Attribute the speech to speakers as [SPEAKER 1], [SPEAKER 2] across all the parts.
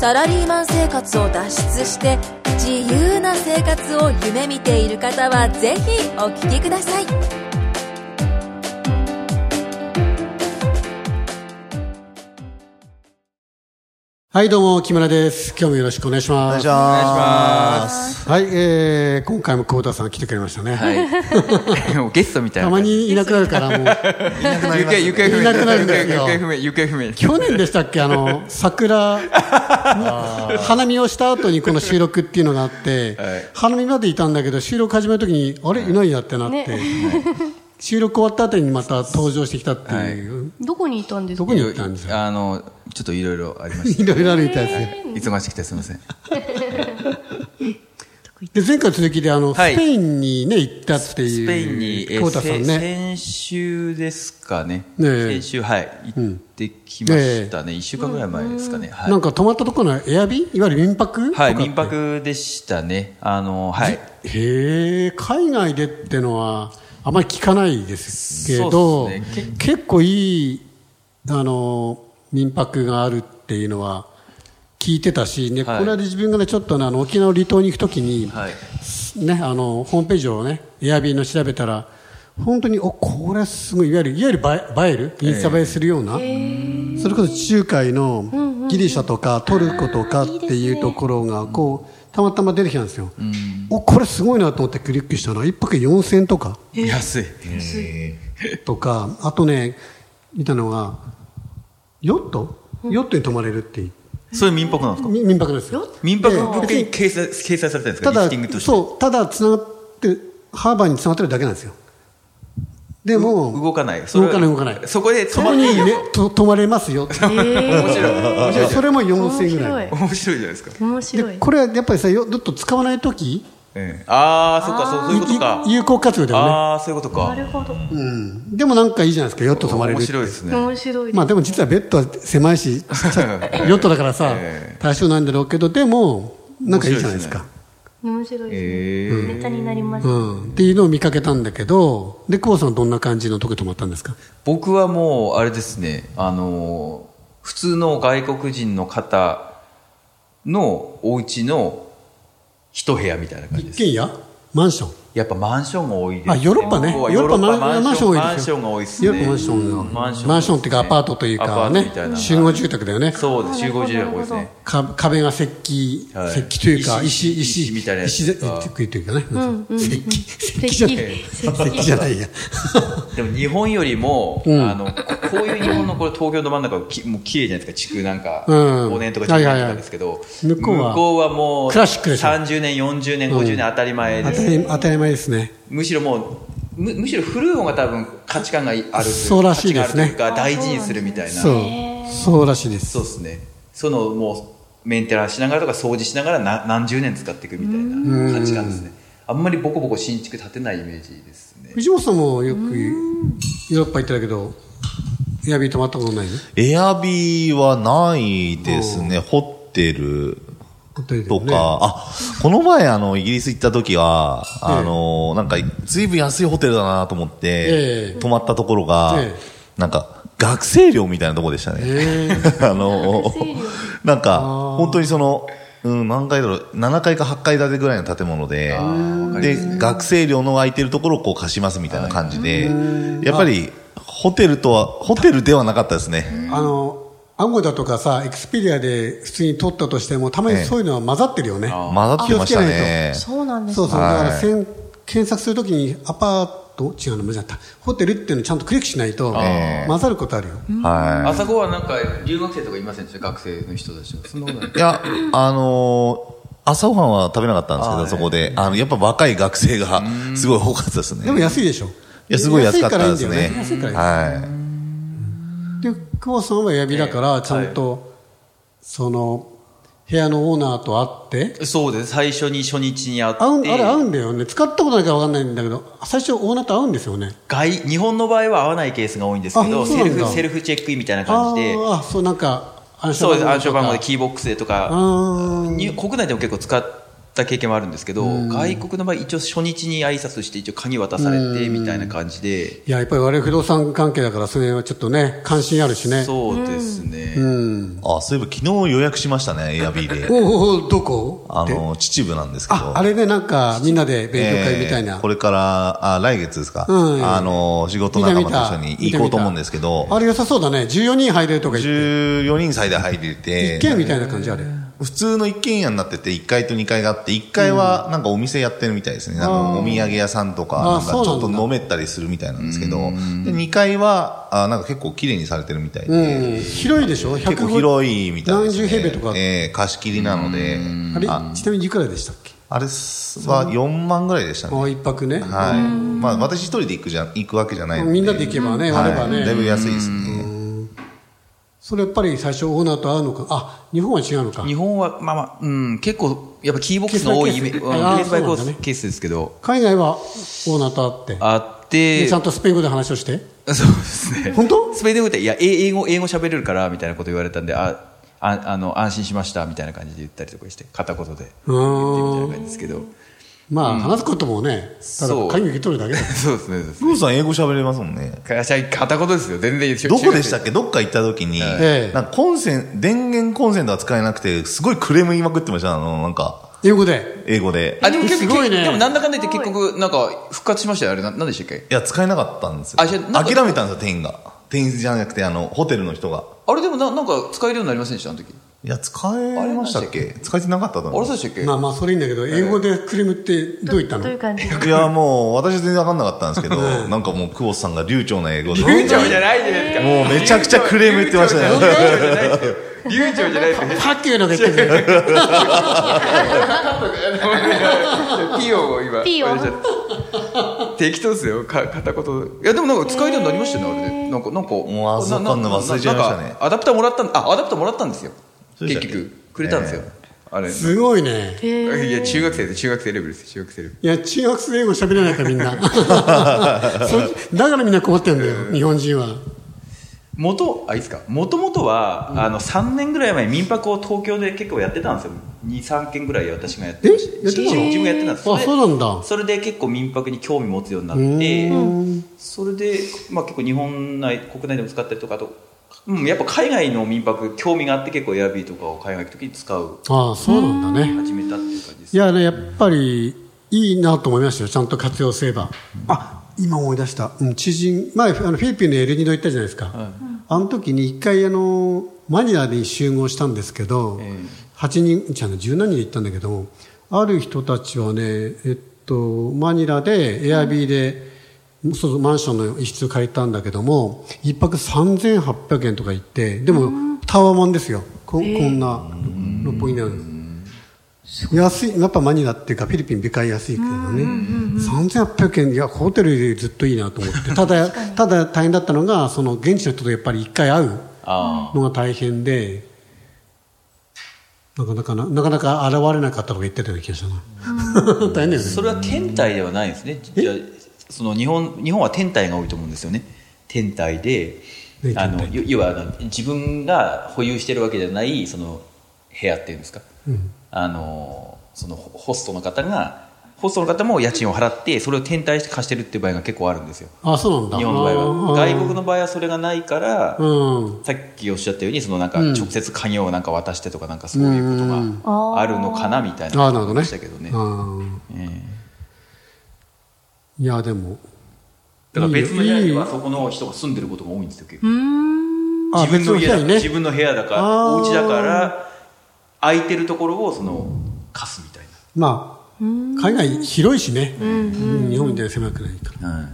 [SPEAKER 1] サラリーマン生活を脱出して自由な生活を夢見ている方はぜひお聞きください
[SPEAKER 2] はい、どうも、木村です。今日もよろしくお願いし
[SPEAKER 3] お願
[SPEAKER 2] ま
[SPEAKER 3] いし
[SPEAKER 2] す。
[SPEAKER 3] ます。
[SPEAKER 2] はい、えー、今回も久保田さん来てくれましたね。
[SPEAKER 4] はい。 もうゲストみたいな。
[SPEAKER 2] たまにいなくなるから、も う、
[SPEAKER 3] いなくなり
[SPEAKER 4] 行方
[SPEAKER 3] ますね
[SPEAKER 4] 行方不明。
[SPEAKER 2] いなくなるんですよ
[SPEAKER 4] 行方不明。行方不明。
[SPEAKER 2] 去年でしたっけ、あの、桜、花見をした後にこの収録っていうのがあって、
[SPEAKER 4] はい
[SPEAKER 2] 花見までいたんだけど、収録始めるときに、あれ、いないやってなって、収録終わった後にまた登場してきたっていう、
[SPEAKER 5] どこにいたんです
[SPEAKER 2] ど
[SPEAKER 5] か
[SPEAKER 2] こに行ったんですか
[SPEAKER 4] あのちょっといろいろありまし
[SPEAKER 2] いろいろ歩いたやつで。
[SPEAKER 4] た。忙しくてすみません。
[SPEAKER 2] で前回の続きであの、
[SPEAKER 4] はい
[SPEAKER 2] スペインにね行ったっていう
[SPEAKER 4] スペインに、え
[SPEAKER 2] 久保田さん
[SPEAKER 4] せ
[SPEAKER 2] ね
[SPEAKER 4] 先週ですかね。
[SPEAKER 2] ねえ
[SPEAKER 4] 先週はい行ってきましたね。一、週間ぐらい前ですかね。はい
[SPEAKER 2] なんか泊まったところのエアビーいわゆる民泊
[SPEAKER 4] はい
[SPEAKER 2] とか
[SPEAKER 4] 民泊でしたね。あのはい。
[SPEAKER 2] へえ海外でってのはあまり聞かないですけど、
[SPEAKER 4] そうですね
[SPEAKER 2] 結構いいあの民泊があるっていうのは聞いてたし、ね
[SPEAKER 4] はい
[SPEAKER 2] これは自分がねちょっとねあの沖縄の離島に行くときに、
[SPEAKER 4] はい。
[SPEAKER 2] ね、あのホームページをねエアビーの調べたら本当におこれすごいいわゆるいわゆる映え映えるインスタ映えするような、それこそ地中海のギリシャとかトルコとかっていうところがこうたまたま出てきたんですよ、おこれすごいなと思ってクリックしたら1泊4000とか
[SPEAKER 4] 安い。
[SPEAKER 2] とかあとね見たのがヨットヨットに泊まれるっていう
[SPEAKER 4] それ民泊なんですか。
[SPEAKER 2] み民泊ですよ
[SPEAKER 4] 民泊
[SPEAKER 2] で
[SPEAKER 4] 物件に掲載掲載されてるんですか。
[SPEAKER 2] た
[SPEAKER 4] リフ
[SPEAKER 2] だ
[SPEAKER 4] ティングとして。
[SPEAKER 2] そうただつながってハーバーにつながってるだけなんですよでも
[SPEAKER 4] 動かない。そ
[SPEAKER 2] 動
[SPEAKER 4] れは
[SPEAKER 2] かない動かない
[SPEAKER 4] そこで
[SPEAKER 2] そ
[SPEAKER 4] 泊ま
[SPEAKER 2] こ
[SPEAKER 4] っ
[SPEAKER 2] に
[SPEAKER 4] ていいよ。
[SPEAKER 2] ねと泊まれます よ
[SPEAKER 5] 面白
[SPEAKER 2] それも4000円ぐらい
[SPEAKER 5] 面白い
[SPEAKER 4] 面白いじゃないですか。
[SPEAKER 5] 面白
[SPEAKER 2] で
[SPEAKER 5] い
[SPEAKER 2] これはやっぱりさよちょっと使わない時
[SPEAKER 4] ええああ、そっか、そうそういうことか。
[SPEAKER 2] 有効活用だよね
[SPEAKER 4] ああ、そういうことか
[SPEAKER 5] な。るほど
[SPEAKER 2] うんでもなんかいいじゃないですかヨット泊まれるって
[SPEAKER 4] 面白いですね。
[SPEAKER 5] 面白い
[SPEAKER 2] まあでも実はベッドは狭い しヨットだからさ
[SPEAKER 4] え
[SPEAKER 2] 対象なんだろうけどでもなんかいいじゃないですか
[SPEAKER 5] 面白いですね
[SPEAKER 4] ええ
[SPEAKER 5] ネタになりま
[SPEAKER 2] う
[SPEAKER 5] す
[SPEAKER 2] んっていうのを見かけたんだけどで久保さんはどんな感じのとこ泊まったんですか
[SPEAKER 4] 僕はもう、あれですね、あのー普通の外国人の方のお家の一部屋みたいな感じで
[SPEAKER 2] 一
[SPEAKER 4] す。
[SPEAKER 2] 軒家マンション
[SPEAKER 4] やっぱマンションが多いです、
[SPEAKER 2] あヨーロッパね
[SPEAKER 4] 向こうは
[SPEAKER 2] ヨ
[SPEAKER 4] ヨ
[SPEAKER 2] ー
[SPEAKER 4] ー
[SPEAKER 2] ロ
[SPEAKER 4] ロ
[SPEAKER 2] ッ
[SPEAKER 4] ッ
[SPEAKER 2] パ
[SPEAKER 4] パ
[SPEAKER 2] マ
[SPEAKER 4] マ
[SPEAKER 2] ン
[SPEAKER 4] ン
[SPEAKER 2] シ
[SPEAKER 4] シ
[SPEAKER 2] ョ
[SPEAKER 4] ョ
[SPEAKER 2] ン
[SPEAKER 4] ン
[SPEAKER 2] 多いですよ
[SPEAKER 4] マンションが多い
[SPEAKER 2] よく
[SPEAKER 4] ですね。
[SPEAKER 2] マンションが
[SPEAKER 4] マンション
[SPEAKER 2] マンションっていうかアパートという
[SPEAKER 4] ア
[SPEAKER 2] か
[SPEAKER 4] パートみたい
[SPEAKER 2] ね
[SPEAKER 4] な
[SPEAKER 2] 集合住宅だよね
[SPEAKER 4] そうです、集合住宅が多いですね。
[SPEAKER 2] か壁が石器、
[SPEAKER 4] はい
[SPEAKER 2] 石器というか石
[SPEAKER 4] 石
[SPEAKER 2] 石
[SPEAKER 4] 石みたいなやつ
[SPEAKER 2] 石
[SPEAKER 4] とか
[SPEAKER 2] 石というかね、石器石器
[SPEAKER 5] 石
[SPEAKER 2] じゃ
[SPEAKER 5] 器
[SPEAKER 2] ない石器じゃないや
[SPEAKER 4] でも日本よりも、
[SPEAKER 2] うん
[SPEAKER 4] あのここういう日本のこれ東京ど真ん中はきもう綺麗じゃないですか地区なんか、
[SPEAKER 2] うん
[SPEAKER 4] 5年とか10年とかですけど、
[SPEAKER 2] 向こうは
[SPEAKER 4] もう
[SPEAKER 2] クラシックでしょ
[SPEAKER 4] 30年40年50年当たり前
[SPEAKER 2] 当
[SPEAKER 4] です、
[SPEAKER 2] たり当たり前ですね
[SPEAKER 4] むしろもうむむしろ古い方が多分価値観があるというか
[SPEAKER 2] そうらしいですね
[SPEAKER 4] 価値があるというか大事にするみたいな
[SPEAKER 2] そうそうらしいです
[SPEAKER 4] そうですねそのもうメンテナンスしながらとか掃除しながらな何十年使っていくみたいな価値観ですねあんまりボコボコ新築建てないイメージですね
[SPEAKER 2] 藤本さんもよくヨーロッパ行ってたけどエアビー泊まったことないね
[SPEAKER 3] エアビーはないですね。ホテル
[SPEAKER 2] ホテルで
[SPEAKER 3] と
[SPEAKER 2] も
[SPEAKER 3] か、
[SPEAKER 2] ね
[SPEAKER 3] あ、この前あの、イギリス行った時は、あの、なんか、ずいぶん安いホテルだなと思って、
[SPEAKER 2] ええ
[SPEAKER 3] 泊まったところが、
[SPEAKER 2] え
[SPEAKER 3] なんか、学生寮みたいなとこでしたね。
[SPEAKER 2] え
[SPEAKER 3] あの、なんか、本当にその、うん、何階だろう、7階か8階建てぐらいの建物で、で、学生寮の空いてるところをこう貸しますみたいな感じで、やっぱり、ホテルとは、ホテルではなかったですね。
[SPEAKER 2] あのアゴダとかさエクスペリアで普通に取ったとしてもたまにそういうのは混ざってるよね、
[SPEAKER 3] 混ざってましたね。
[SPEAKER 5] そうなんです
[SPEAKER 2] そうそう、
[SPEAKER 3] はい
[SPEAKER 2] だからせん検索するときにアパート違うの無理だったホテルっていうのをちゃんとクリックしないと
[SPEAKER 3] ええ
[SPEAKER 2] 混ざることあるよ、
[SPEAKER 3] は
[SPEAKER 4] あそこはなんか留学生とかいませんでした学生の人たちはそんなことない
[SPEAKER 3] い。いや、あのー朝ごはんは食べなかったんですけ
[SPEAKER 4] あ
[SPEAKER 3] ど、
[SPEAKER 4] ー
[SPEAKER 3] そこで。あの、やっぱ若い学生が、すごい多かったですね。
[SPEAKER 2] でも安いでしょい
[SPEAKER 3] いや、すごい安かったですね。
[SPEAKER 2] 安いからいいんだよね安いからいい
[SPEAKER 3] は
[SPEAKER 2] で久保さんはエアビだからちゃんと、その部屋のオーナーと会って
[SPEAKER 4] そうです最初に初日に会って
[SPEAKER 2] 合うんあれ合うんだよね使ったことないから分かんないんだけど最初オーナーと合うんですよね
[SPEAKER 4] 外日本の場合は合わないケースが多いんですけ
[SPEAKER 2] あ
[SPEAKER 4] ど
[SPEAKER 2] そうな
[SPEAKER 4] セ
[SPEAKER 2] ん
[SPEAKER 4] ル
[SPEAKER 2] だ
[SPEAKER 4] フセルフチェックインみたいな感じで
[SPEAKER 2] あーあそうなんか暗
[SPEAKER 4] そうです暗証番号で
[SPEAKER 2] い
[SPEAKER 4] キーボックスでとか
[SPEAKER 2] あー
[SPEAKER 4] に国内でも結構使った経験もあるんですけど外国の場合一応初日に挨拶して一応鍵渡されてみたいな感じで
[SPEAKER 2] いややっぱり我々不動産関係だからそれはちょっとね関心あるしね
[SPEAKER 4] そうですね、
[SPEAKER 2] うん
[SPEAKER 3] あそういえば昨日予約しましたねエアビーで
[SPEAKER 2] おうおうどこ
[SPEAKER 3] あの秩父なんですけど
[SPEAKER 2] ああれでなんかみんなで勉強会みたいな、
[SPEAKER 3] えーこれからあ来月ですか、
[SPEAKER 2] うん
[SPEAKER 3] あの仕事
[SPEAKER 2] 見た
[SPEAKER 3] 仲
[SPEAKER 2] 見
[SPEAKER 3] 間
[SPEAKER 2] た
[SPEAKER 3] と一緒に行こうと思うんですけど
[SPEAKER 2] あれ良さそうだね14人入れるとか言って
[SPEAKER 3] 14人最大入ってて
[SPEAKER 2] 一軒みたいな感じあれ
[SPEAKER 3] 普通の一軒家になってて1階と2階があって1階はなんかお店やってるみたいですね、なんかお土産屋さんとか
[SPEAKER 2] あ
[SPEAKER 3] な
[SPEAKER 2] ー
[SPEAKER 3] んかち
[SPEAKER 2] そうな
[SPEAKER 3] ょ
[SPEAKER 2] ん
[SPEAKER 3] っ
[SPEAKER 2] だ
[SPEAKER 3] と飲めたりするみたいなんですけどで2階はあなんか結構綺麗にされてるみたいで、
[SPEAKER 2] うん広いでしょ
[SPEAKER 3] 結構広いみたいです、
[SPEAKER 2] 何十
[SPEAKER 3] ね、
[SPEAKER 2] 平米とか
[SPEAKER 3] えー貸し切りなので
[SPEAKER 2] あれ
[SPEAKER 3] あ
[SPEAKER 2] ちなみにいくらでしたっけ
[SPEAKER 3] あれは4万ぐらいでしたね
[SPEAKER 2] あ一泊ね、
[SPEAKER 3] はいまあ、私一人で行くじゃ行くわけじゃないので
[SPEAKER 2] みんなで行けばね、割れば
[SPEAKER 3] はい、だいぶ
[SPEAKER 2] ね、
[SPEAKER 3] 安いですね
[SPEAKER 2] それやっぱり最初オーナーと会うのかあ日本は違うのか
[SPEAKER 4] 日本は、まあまあ、うん、結構、やっぱキーボックスが多いイメー
[SPEAKER 2] ケー
[SPEAKER 4] ジ、う
[SPEAKER 2] ス
[SPEAKER 4] ん
[SPEAKER 2] バイケ
[SPEAKER 4] ケ
[SPEAKER 2] ースあー
[SPEAKER 4] ースバイケー
[SPEAKER 2] そうなんだ
[SPEAKER 4] ス
[SPEAKER 2] ね
[SPEAKER 4] ケースですけど、
[SPEAKER 2] 海外はオーナーと会って
[SPEAKER 4] あっ
[SPEAKER 2] で
[SPEAKER 4] て、
[SPEAKER 2] ち
[SPEAKER 4] そ
[SPEAKER 2] ゃん
[SPEAKER 4] う
[SPEAKER 2] とスペイン語で話をして
[SPEAKER 4] ですね。
[SPEAKER 2] 本当
[SPEAKER 4] スペイン語で、いや、英英語、英語喋れるから、みたいなこと言われたんで、あ、ああの、安心しました、みたいな感じで言ったりとかして、片言で言ってみたいな感じですけど、
[SPEAKER 2] まあ話すこともねただ
[SPEAKER 4] そう
[SPEAKER 2] 会議受け取るだけだ
[SPEAKER 4] そうですね、そうです
[SPEAKER 3] プ
[SPEAKER 4] ね。
[SPEAKER 3] ーさん英語喋れますもんね
[SPEAKER 4] 会社、片言ですよ、全然。
[SPEAKER 3] どこでした
[SPEAKER 4] 中
[SPEAKER 3] っけどっか行った時に、
[SPEAKER 2] ええ
[SPEAKER 3] なんかコンセン、電源コンセントは使えなくて、すごいクレーム言いまくってました、あの、なんか、
[SPEAKER 2] 英語で
[SPEAKER 3] 英語で。
[SPEAKER 4] 学生あ、でも結
[SPEAKER 2] す
[SPEAKER 4] 局、
[SPEAKER 2] ごいね
[SPEAKER 4] でもなんだかんだ言って結局、なんか、復活しましたよ、あれ、ななんでしたっけ
[SPEAKER 3] いや、使えなかったんですよ。
[SPEAKER 4] あじゃあなんか
[SPEAKER 3] 諦めたんですよ、店員が。店員じゃなくて、あの、ホテルの人が。
[SPEAKER 4] あれでもな、なんか、使えるようになりませんでした、あの時。
[SPEAKER 3] いや、使えましたっ
[SPEAKER 4] あれ
[SPEAKER 3] け使えてなかったと
[SPEAKER 4] あ
[SPEAKER 3] 思
[SPEAKER 4] れ
[SPEAKER 3] い
[SPEAKER 4] そう
[SPEAKER 3] ま
[SPEAKER 4] でしたっけ
[SPEAKER 2] まあまあそれいいんだけど英語でクレームってどう言ったの
[SPEAKER 5] どういう感じです
[SPEAKER 3] す。いや、もう、私全然わかんなかったんですけど、なんかもう、久保田さんが流暢な英語で。
[SPEAKER 4] 流暢じゃないじゃないですか。
[SPEAKER 3] もうめちゃくちゃクレーム言ってましたね。
[SPEAKER 4] 流暢じゃないですよ。
[SPEAKER 2] パッキューのが言ってる
[SPEAKER 4] ピオを今。
[SPEAKER 5] ピオ
[SPEAKER 4] あれじゃ適当ですよ、か片言。いや、でもなんか使えるようになりましたよね、あれで。なんか、なんか。
[SPEAKER 3] うあそっかな忘れちゃいましたね
[SPEAKER 4] なんかアダプターもらったん、あ、アダプターもらったんですよ。
[SPEAKER 3] そうでし
[SPEAKER 4] 結
[SPEAKER 3] たっけ
[SPEAKER 4] 局、くれたんですよ
[SPEAKER 3] え。
[SPEAKER 4] あれ。
[SPEAKER 2] すごいね
[SPEAKER 4] いや、中学生で、中学生レベルです、中学生レベル。
[SPEAKER 2] いや中学生英語喋れないからみん なそうだからみんな困ってるんだよ日本人は
[SPEAKER 4] 元、あ、いいですか。元々は、あの、3年ぐらい前に民泊を東京で結構やってたんですよ。2、3件ぐらい私がやってまし
[SPEAKER 2] え
[SPEAKER 4] た。
[SPEAKER 2] やってたの
[SPEAKER 4] 自分自分がやってたんです
[SPEAKER 2] あそうなんだ
[SPEAKER 4] それで結構民泊に興味持つようになってそれで、まあ、結構日本内国内でも使ったりとかあと、うん、やっぱ海外の民泊興味があって結構 Airb とかを海外行く時に使う
[SPEAKER 2] ああそうなんだね
[SPEAKER 4] 始めたっていう感じです
[SPEAKER 2] いやね、やっぱりいいなと思いましたよ、ちゃんと活用すれば。あ今思い出した、うん、知人、前、あのフィリピンのエルニド行ったじゃないですか、あの時に一回あの、マニラに集合したんですけど、八8人、じゃあね、十何人で行ったんだけど、ある人たちはね、えっと、マニラで、エアビーで、そうそうマンションの一室借りたんだけども、一泊3800円とか行って、でも、タワマンですよ、こ,、こんな、六本木にある。安いやっぱマニラっていうかフィリピン美海安いけどね3800円いやホテルよりずっといいなと思ってただただ大変だったのがその現地の人とやっぱり一回会う
[SPEAKER 4] あ
[SPEAKER 2] のが大変でなかなかななかなか現れなかったとか言ってたような気がしたな 大変だよね
[SPEAKER 4] あそれは天体ではないんですねじゃあその日本日本は天体が多いと思うんですよね天体で
[SPEAKER 2] ね
[SPEAKER 4] あの
[SPEAKER 2] 天体
[SPEAKER 4] 要要はあの自分が保有してるわけじゃないその部屋っていうんですか、あのそのホホストの方がホストの方も家賃を払ってそれを転退して貸してるっていう場合が結構あるんですよ
[SPEAKER 2] あそうなんだ
[SPEAKER 4] 日本の場合は
[SPEAKER 2] あー
[SPEAKER 4] 外国の場合はそれがないから、
[SPEAKER 2] うん
[SPEAKER 4] さっきおっしゃったようにそのなんか直接鍵をなんか渡してとかなんかそういうことがあるのかなみたいな
[SPEAKER 2] ああなる
[SPEAKER 4] 感
[SPEAKER 2] ほど
[SPEAKER 4] じで
[SPEAKER 2] ね
[SPEAKER 4] したけどね
[SPEAKER 2] うん
[SPEAKER 4] ええ
[SPEAKER 2] いやでも
[SPEAKER 4] だから別の部屋
[SPEAKER 2] いい
[SPEAKER 4] に
[SPEAKER 2] よ
[SPEAKER 4] はそこの人が住んでることが多いんですよ結構
[SPEAKER 2] あ
[SPEAKER 4] 自分の
[SPEAKER 2] 別
[SPEAKER 4] 家だ
[SPEAKER 2] 部
[SPEAKER 4] か
[SPEAKER 2] 屋
[SPEAKER 4] ら
[SPEAKER 2] に
[SPEAKER 4] 自分の部屋だから
[SPEAKER 2] あー
[SPEAKER 4] お家だから空いてるところをその貸すみたい
[SPEAKER 2] まあ海外広いしねうん日本みたいに狭くないから
[SPEAKER 4] な、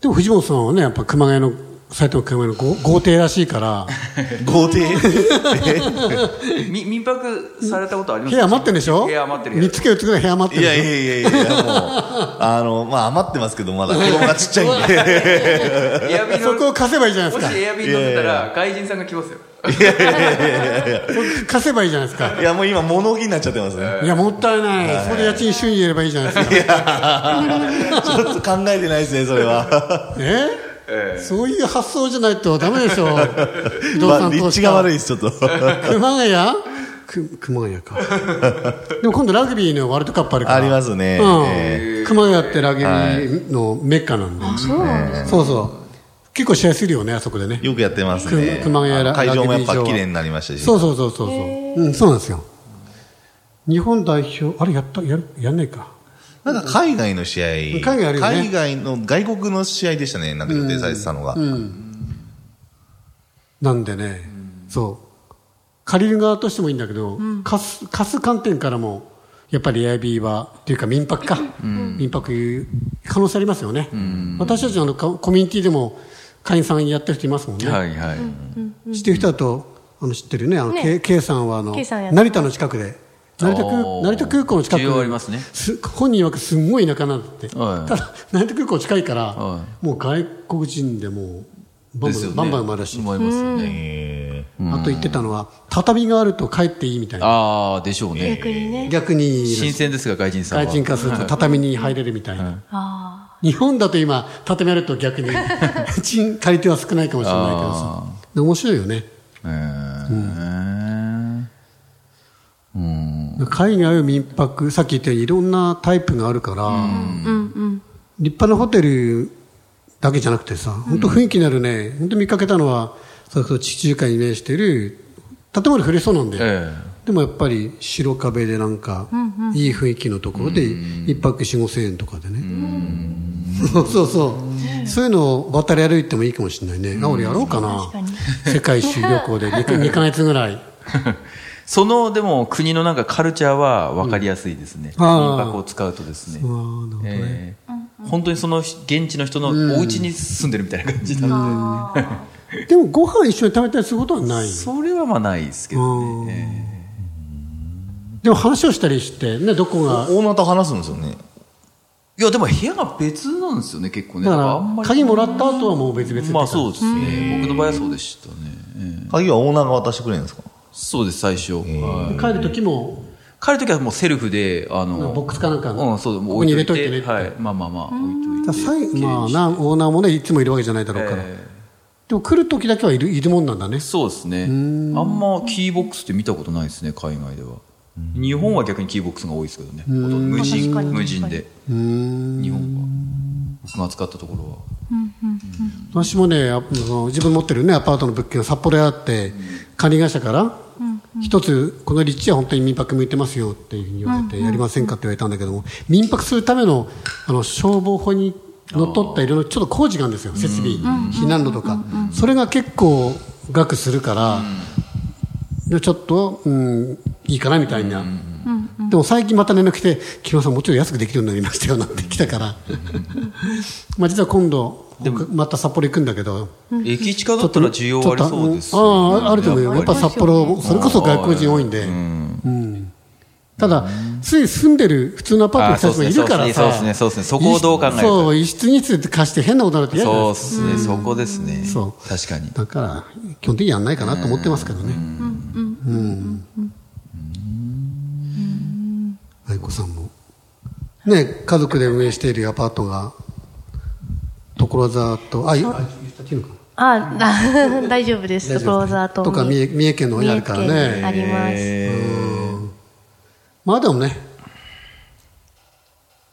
[SPEAKER 2] でも藤本さんはね、やっぱ熊谷の埼玉県の豪豪邸らしいから、
[SPEAKER 3] 豪邸
[SPEAKER 4] み民泊されたことあります
[SPEAKER 2] 部屋余ってるでしょ
[SPEAKER 4] 部屋余ってる
[SPEAKER 2] 見つけるつけない部屋余っ
[SPEAKER 3] い
[SPEAKER 2] てる
[SPEAKER 3] や
[SPEAKER 2] で
[SPEAKER 3] い
[SPEAKER 2] しょ
[SPEAKER 3] やいやいや、もう、あの、まあ余ってますけど、まだ子供がちっちゃいんで。
[SPEAKER 4] エアビー
[SPEAKER 2] そこを貸せばいいじゃない
[SPEAKER 4] も
[SPEAKER 2] で
[SPEAKER 4] し
[SPEAKER 2] す
[SPEAKER 4] エアビー乗ってたら外人さんが来ますよ
[SPEAKER 2] か。貸せばいいじゃないですか。
[SPEAKER 3] いや、もう今物置になっちゃってますね。
[SPEAKER 2] いや、もったいない。それ家賃収入入れればいいじゃないですか。
[SPEAKER 3] ちょっと考えてないですね、それは。
[SPEAKER 2] えそういう発想じゃないとダメでしょ。不動
[SPEAKER 3] まあ、
[SPEAKER 2] 産投
[SPEAKER 3] 立
[SPEAKER 2] 資
[SPEAKER 3] 地
[SPEAKER 2] 家
[SPEAKER 3] が悪いです、ちょっと。
[SPEAKER 2] 熊谷く熊谷か。でも今度ラグビーのワールドカップあるから。
[SPEAKER 3] ありますね。
[SPEAKER 2] うん
[SPEAKER 3] え
[SPEAKER 2] 熊谷ってラグビーのメッカなんで。
[SPEAKER 5] そうなんです
[SPEAKER 2] そうそう。結構試合するよね、あそこでね
[SPEAKER 3] ー。よくやってますね。
[SPEAKER 2] く熊谷ラ
[SPEAKER 3] 会場もやっ
[SPEAKER 2] ラ
[SPEAKER 3] ぱ
[SPEAKER 2] グビー場は
[SPEAKER 3] 綺麗になりましたし。
[SPEAKER 2] そうそうそうそうそう。うん、そうなんですよ。日本代表、あれやった、やる、やんないか。
[SPEAKER 3] なんか海外の試合。海
[SPEAKER 2] 外あるよね
[SPEAKER 3] 海外の、外国の試合でしたね、なんか予定されてたのが。
[SPEAKER 2] なんでね、そう。借りる側としてもいいんだけど、貸す、貸す観点からも、やっぱり AIB は、っていうか民泊か。民泊いう可能性ありますよね。私たちのあのココミュニティでも、会員さんやってる人いますもんね。
[SPEAKER 4] はいはい
[SPEAKER 2] 知ってる人だと、あの、知ってるね。あの、
[SPEAKER 5] ね
[SPEAKER 2] け K さんは、あの、
[SPEAKER 5] K さんやって
[SPEAKER 2] 成田の近くで、成田空
[SPEAKER 4] あー
[SPEAKER 2] 成田空港の近く
[SPEAKER 4] 需要ありますね
[SPEAKER 2] 本人曰くすんごい田舎なんだって。
[SPEAKER 4] はい
[SPEAKER 2] ただ、成田空港近いから、
[SPEAKER 4] は
[SPEAKER 2] もう外国人でもう、バン
[SPEAKER 4] です
[SPEAKER 2] バ
[SPEAKER 4] よ
[SPEAKER 2] ン、
[SPEAKER 4] ね
[SPEAKER 2] バンバン生まれるし。
[SPEAKER 4] 思いますよね
[SPEAKER 3] え
[SPEAKER 2] あと言ってたのは、畳があると帰っていいみたいな。
[SPEAKER 4] ああでしょうね
[SPEAKER 5] 逆にね。
[SPEAKER 2] 逆に、
[SPEAKER 4] 新鮮ですが外人さんは
[SPEAKER 2] 外人化すると畳に入れるみたいな。
[SPEAKER 5] あ
[SPEAKER 2] 日本だと今、畳あると逆 に、賃借り手は少ないかもしれないけどさ。で面白いよね。
[SPEAKER 4] へー
[SPEAKER 2] 海外は民泊、さっき言ったようにいろんなタイプがあるから、
[SPEAKER 5] あ。うんうん。
[SPEAKER 2] 立派なホテルだけじゃなくてさ、本当雰囲気のあるね、本当見かけたのは、それこそ地中海に面している、建物触れそうなんで、
[SPEAKER 4] え
[SPEAKER 2] でもやっぱり白壁でなんか、いい雰囲気のところで、一泊四五千円とかでね。 そうそうそう。そういうのを渡り歩いてもいいかもしれないね。あ、俺やろうかな
[SPEAKER 5] 確かに。
[SPEAKER 2] 世界一周旅行で 2, ヶ月ぐ らい。
[SPEAKER 4] えそのでも国のなんかカルチャーは分かりやすいですね
[SPEAKER 2] うんあー
[SPEAKER 4] 民泊を使うとですね
[SPEAKER 2] あーなるほどね
[SPEAKER 4] ええ本当にその現地の人のお家に住んでるみたいな感じなん
[SPEAKER 2] でもご飯一緒に食べたりすることはない
[SPEAKER 4] で。 それはまあないですけどねええ
[SPEAKER 2] でも話をしたりして、ね、どこ
[SPEAKER 3] ー
[SPEAKER 2] が。
[SPEAKER 3] オーナーと話すんですよね。
[SPEAKER 4] いや、でも部屋が別なんですよね、結構ね。
[SPEAKER 2] だ
[SPEAKER 4] だからあ
[SPEAKER 2] か
[SPEAKER 4] ん
[SPEAKER 2] ら、
[SPEAKER 4] まり
[SPEAKER 2] 鍵もらった後はもう別々って感じ
[SPEAKER 4] まあそうですね。僕の場合はそうでしたね。ええ
[SPEAKER 3] 鍵はオーナーが渡してくれるんですか
[SPEAKER 4] そうです、最初。はい
[SPEAKER 2] 帰る時も、
[SPEAKER 4] 帰るときはもうセルフで、あの、
[SPEAKER 2] ボックスかなんか、
[SPEAKER 4] うん、そうも
[SPEAKER 2] ここに入れといてね。
[SPEAKER 4] はい。まあまあまあ、置いと
[SPEAKER 2] だ
[SPEAKER 4] いて。
[SPEAKER 2] さいまあな、オーナーもね、いつもいるわけじゃないだろうから。
[SPEAKER 4] え
[SPEAKER 2] でも来る時だけはいる、いるもんなんだね
[SPEAKER 4] え。そうですね。あんまキーボックスって見たことないですね、海外では。日本は逆にキーボックスが多いですけどね。ほとんど無人、
[SPEAKER 5] 確かに
[SPEAKER 4] 無人で。
[SPEAKER 2] うーん。
[SPEAKER 4] 日本は。僕が使ったところは。
[SPEAKER 2] 私もね、あの自分持ってるね、アパートの物件が札幌であって、管理会社から、一つ、この立地は本当に民泊向いてますよっていうふうに言われて、やりませんかって言われたんだけども、民泊するための、あの、消防法にのっとったいろいろ、ちょっと工事があるんですよ、設備、避難路とか。それが結構、額するから、でちょっと、うん、いいかなみたいな。でも最近また連絡来て、木村さんもうちょっと安くできるようになりましたよなんて来たから。まあ実は今度、また札幌行くんだけど。
[SPEAKER 4] 駅近だったら需要ありそうです
[SPEAKER 2] ち
[SPEAKER 4] よ
[SPEAKER 2] ょっ
[SPEAKER 4] ね、
[SPEAKER 2] とああ、あると思うよ。やっぱ札幌、それこそ外国人多いんで。うんただ、つい住んでる普通のアパートの人たちもいるから
[SPEAKER 4] あ
[SPEAKER 2] さ。
[SPEAKER 4] そうですねそうですねそうですねそこをどう考えるか
[SPEAKER 2] そう、一室二室貸して変なことになると嫌じゃない
[SPEAKER 4] そう
[SPEAKER 2] で
[SPEAKER 4] ですすね、そこですね。
[SPEAKER 2] そう
[SPEAKER 4] 確かに。
[SPEAKER 2] か。だから、基本的にやんないかなと思ってますけどね。うん。愛子さんも。ね、家族で運営しているアパートが、所沢と、あ、いあ言ったっていいのかな
[SPEAKER 5] あ、 だ大丈夫です。所沢と。
[SPEAKER 2] とか三重三重県の方にあるから
[SPEAKER 5] 三重県にあ
[SPEAKER 2] ね。
[SPEAKER 5] ります。
[SPEAKER 2] まあでもね、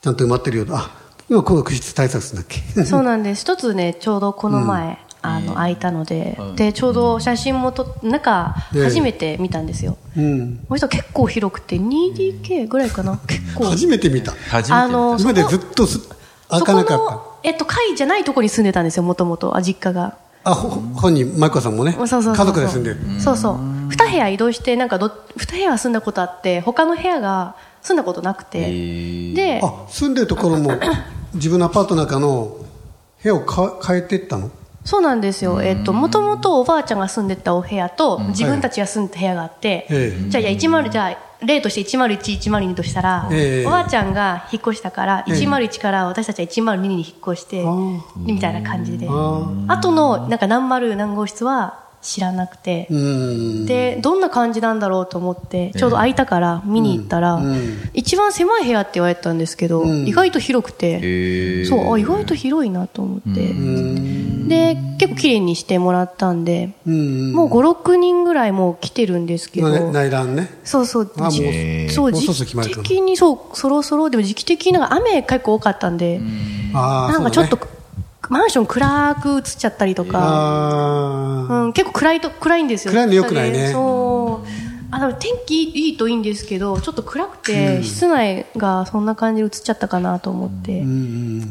[SPEAKER 2] ちゃんと埋まってるようだ。あ、今今度屈質対策するんだっ け。
[SPEAKER 5] そうなんです。一つね、ちょうどこの前、あの、空いたので、で、ちょうど写真もと、中、
[SPEAKER 2] ええ
[SPEAKER 5] 初めて見たんですよ。
[SPEAKER 2] うん。
[SPEAKER 5] そしたら結構広くて、2DK ぐらいかな。結構。
[SPEAKER 2] 初めて見た。
[SPEAKER 4] 初めて
[SPEAKER 5] あ
[SPEAKER 4] 見た
[SPEAKER 5] の、
[SPEAKER 2] 今までずっとす開かなか
[SPEAKER 5] そこ
[SPEAKER 2] っ
[SPEAKER 5] の、えっと、会じゃないとこに住んでたんですよ、もともと、あ実家が。
[SPEAKER 2] た。あ、ほ本人、マイコさんもね、
[SPEAKER 5] そうそうそう
[SPEAKER 2] 家族で住んでる。
[SPEAKER 5] そうそう。二部屋移動して、なんかど、二部屋住んだことあって、他の部屋が住んだことなくて。で、
[SPEAKER 2] あ、住んでるところも、自分のアパートの中の部屋をか変えてったの
[SPEAKER 5] そうなんですよ。えっと、もともとおばあちゃんが住んでたお部屋と、自分たちが住んでた部屋があっ
[SPEAKER 2] え
[SPEAKER 5] て、
[SPEAKER 2] え
[SPEAKER 5] じゃあ、じゃあ、10、じゃあ、例として101、102としたら、
[SPEAKER 2] ええ
[SPEAKER 5] おばあちゃんが引っ越したから、
[SPEAKER 2] ええ
[SPEAKER 5] 101から私たちは102に引っ越して、
[SPEAKER 2] ー
[SPEAKER 5] みたいな感じで。
[SPEAKER 2] あ
[SPEAKER 5] あとの、なんか何丸何号室は知らなくて、
[SPEAKER 2] うん
[SPEAKER 5] で、どんな感じなんだろうと思って、ちょうど空いたから見に行ったら、一番狭い部屋って言われたんですけど、
[SPEAKER 2] ん
[SPEAKER 5] 意外と広くて、そう、あ、意外と広いなと思って、で、結構綺麗にしてもらったんで、
[SPEAKER 2] うん
[SPEAKER 5] もう5、6人ぐらいもう来てるんですけど、
[SPEAKER 2] ね内覧ね
[SPEAKER 5] そうそう、
[SPEAKER 2] あもう
[SPEAKER 5] じそう、
[SPEAKER 2] もうそ
[SPEAKER 5] 時
[SPEAKER 2] ろそろ決まる
[SPEAKER 5] 期
[SPEAKER 2] かな
[SPEAKER 5] 的に、そう、そろそろ、でも時期的になんか雨結構多かったんで、
[SPEAKER 2] ああ
[SPEAKER 5] なんかちょっと、
[SPEAKER 2] そうだね
[SPEAKER 5] マンション暗く映っちゃったりとか、
[SPEAKER 2] ああ
[SPEAKER 5] うん、結構暗いと暗いんですよ
[SPEAKER 2] 暗いの良くないね
[SPEAKER 5] そうあの天気いいといいんですけどちょっと暗くて、室内がそんな感じで映っちゃったかなと思って、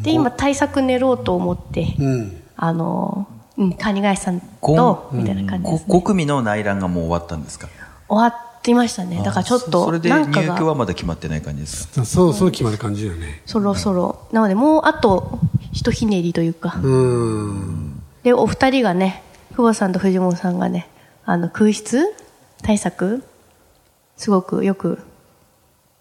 [SPEAKER 5] で今対策練ろうと思って、
[SPEAKER 2] うん
[SPEAKER 5] あの、うん、管理会社さんと
[SPEAKER 4] ご
[SPEAKER 5] みたいな感じです、
[SPEAKER 4] 5組の内覧がもう終わったんですか
[SPEAKER 5] 終わってましたねだからちょっ
[SPEAKER 4] そ
[SPEAKER 5] と
[SPEAKER 4] それで
[SPEAKER 5] なんか
[SPEAKER 4] 入
[SPEAKER 5] が
[SPEAKER 4] 居はまだ決まってない感じですか
[SPEAKER 2] そうそう決まる感じだよね
[SPEAKER 5] そろそろなのでもうあとひとひねりというか、
[SPEAKER 2] うん
[SPEAKER 5] でお二人がね久保さんと藤本さんがねあの空室対策すごくよく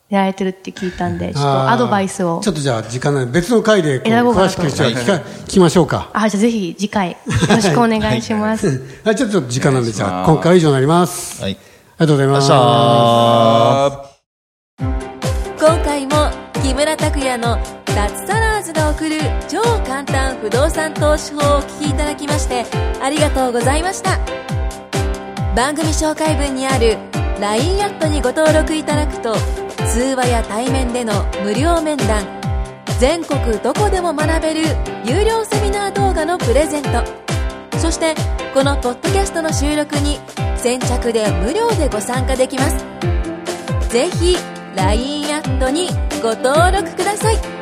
[SPEAKER 5] やられてるって聞いたんでちょっとアドバイスを
[SPEAKER 2] ちょっとじゃあ時間ない別の回でこう
[SPEAKER 5] 選ぼうか
[SPEAKER 2] 詳
[SPEAKER 5] な
[SPEAKER 2] し
[SPEAKER 5] と
[SPEAKER 2] くじゃあ聞か聞きましょう か
[SPEAKER 5] あじゃあぜひ次回よろしくお願いします、
[SPEAKER 2] はいちょっと時間なんでじゃあ今回は以上になります
[SPEAKER 3] はい。
[SPEAKER 2] ありがとうございました
[SPEAKER 1] 今回も木村拓哉の脱サラーズが送る超簡単不動産投資法をお聞きいただきましてありがとうございました番組紹介文にある LINE アットにご登録いただくと通話や対面での無料面談全国どこでも学べる有料セミナー動画のプレゼントそしてこのポッドキャストの収録に先着で無料でご参加できますぜひ LINE アットにご登録ください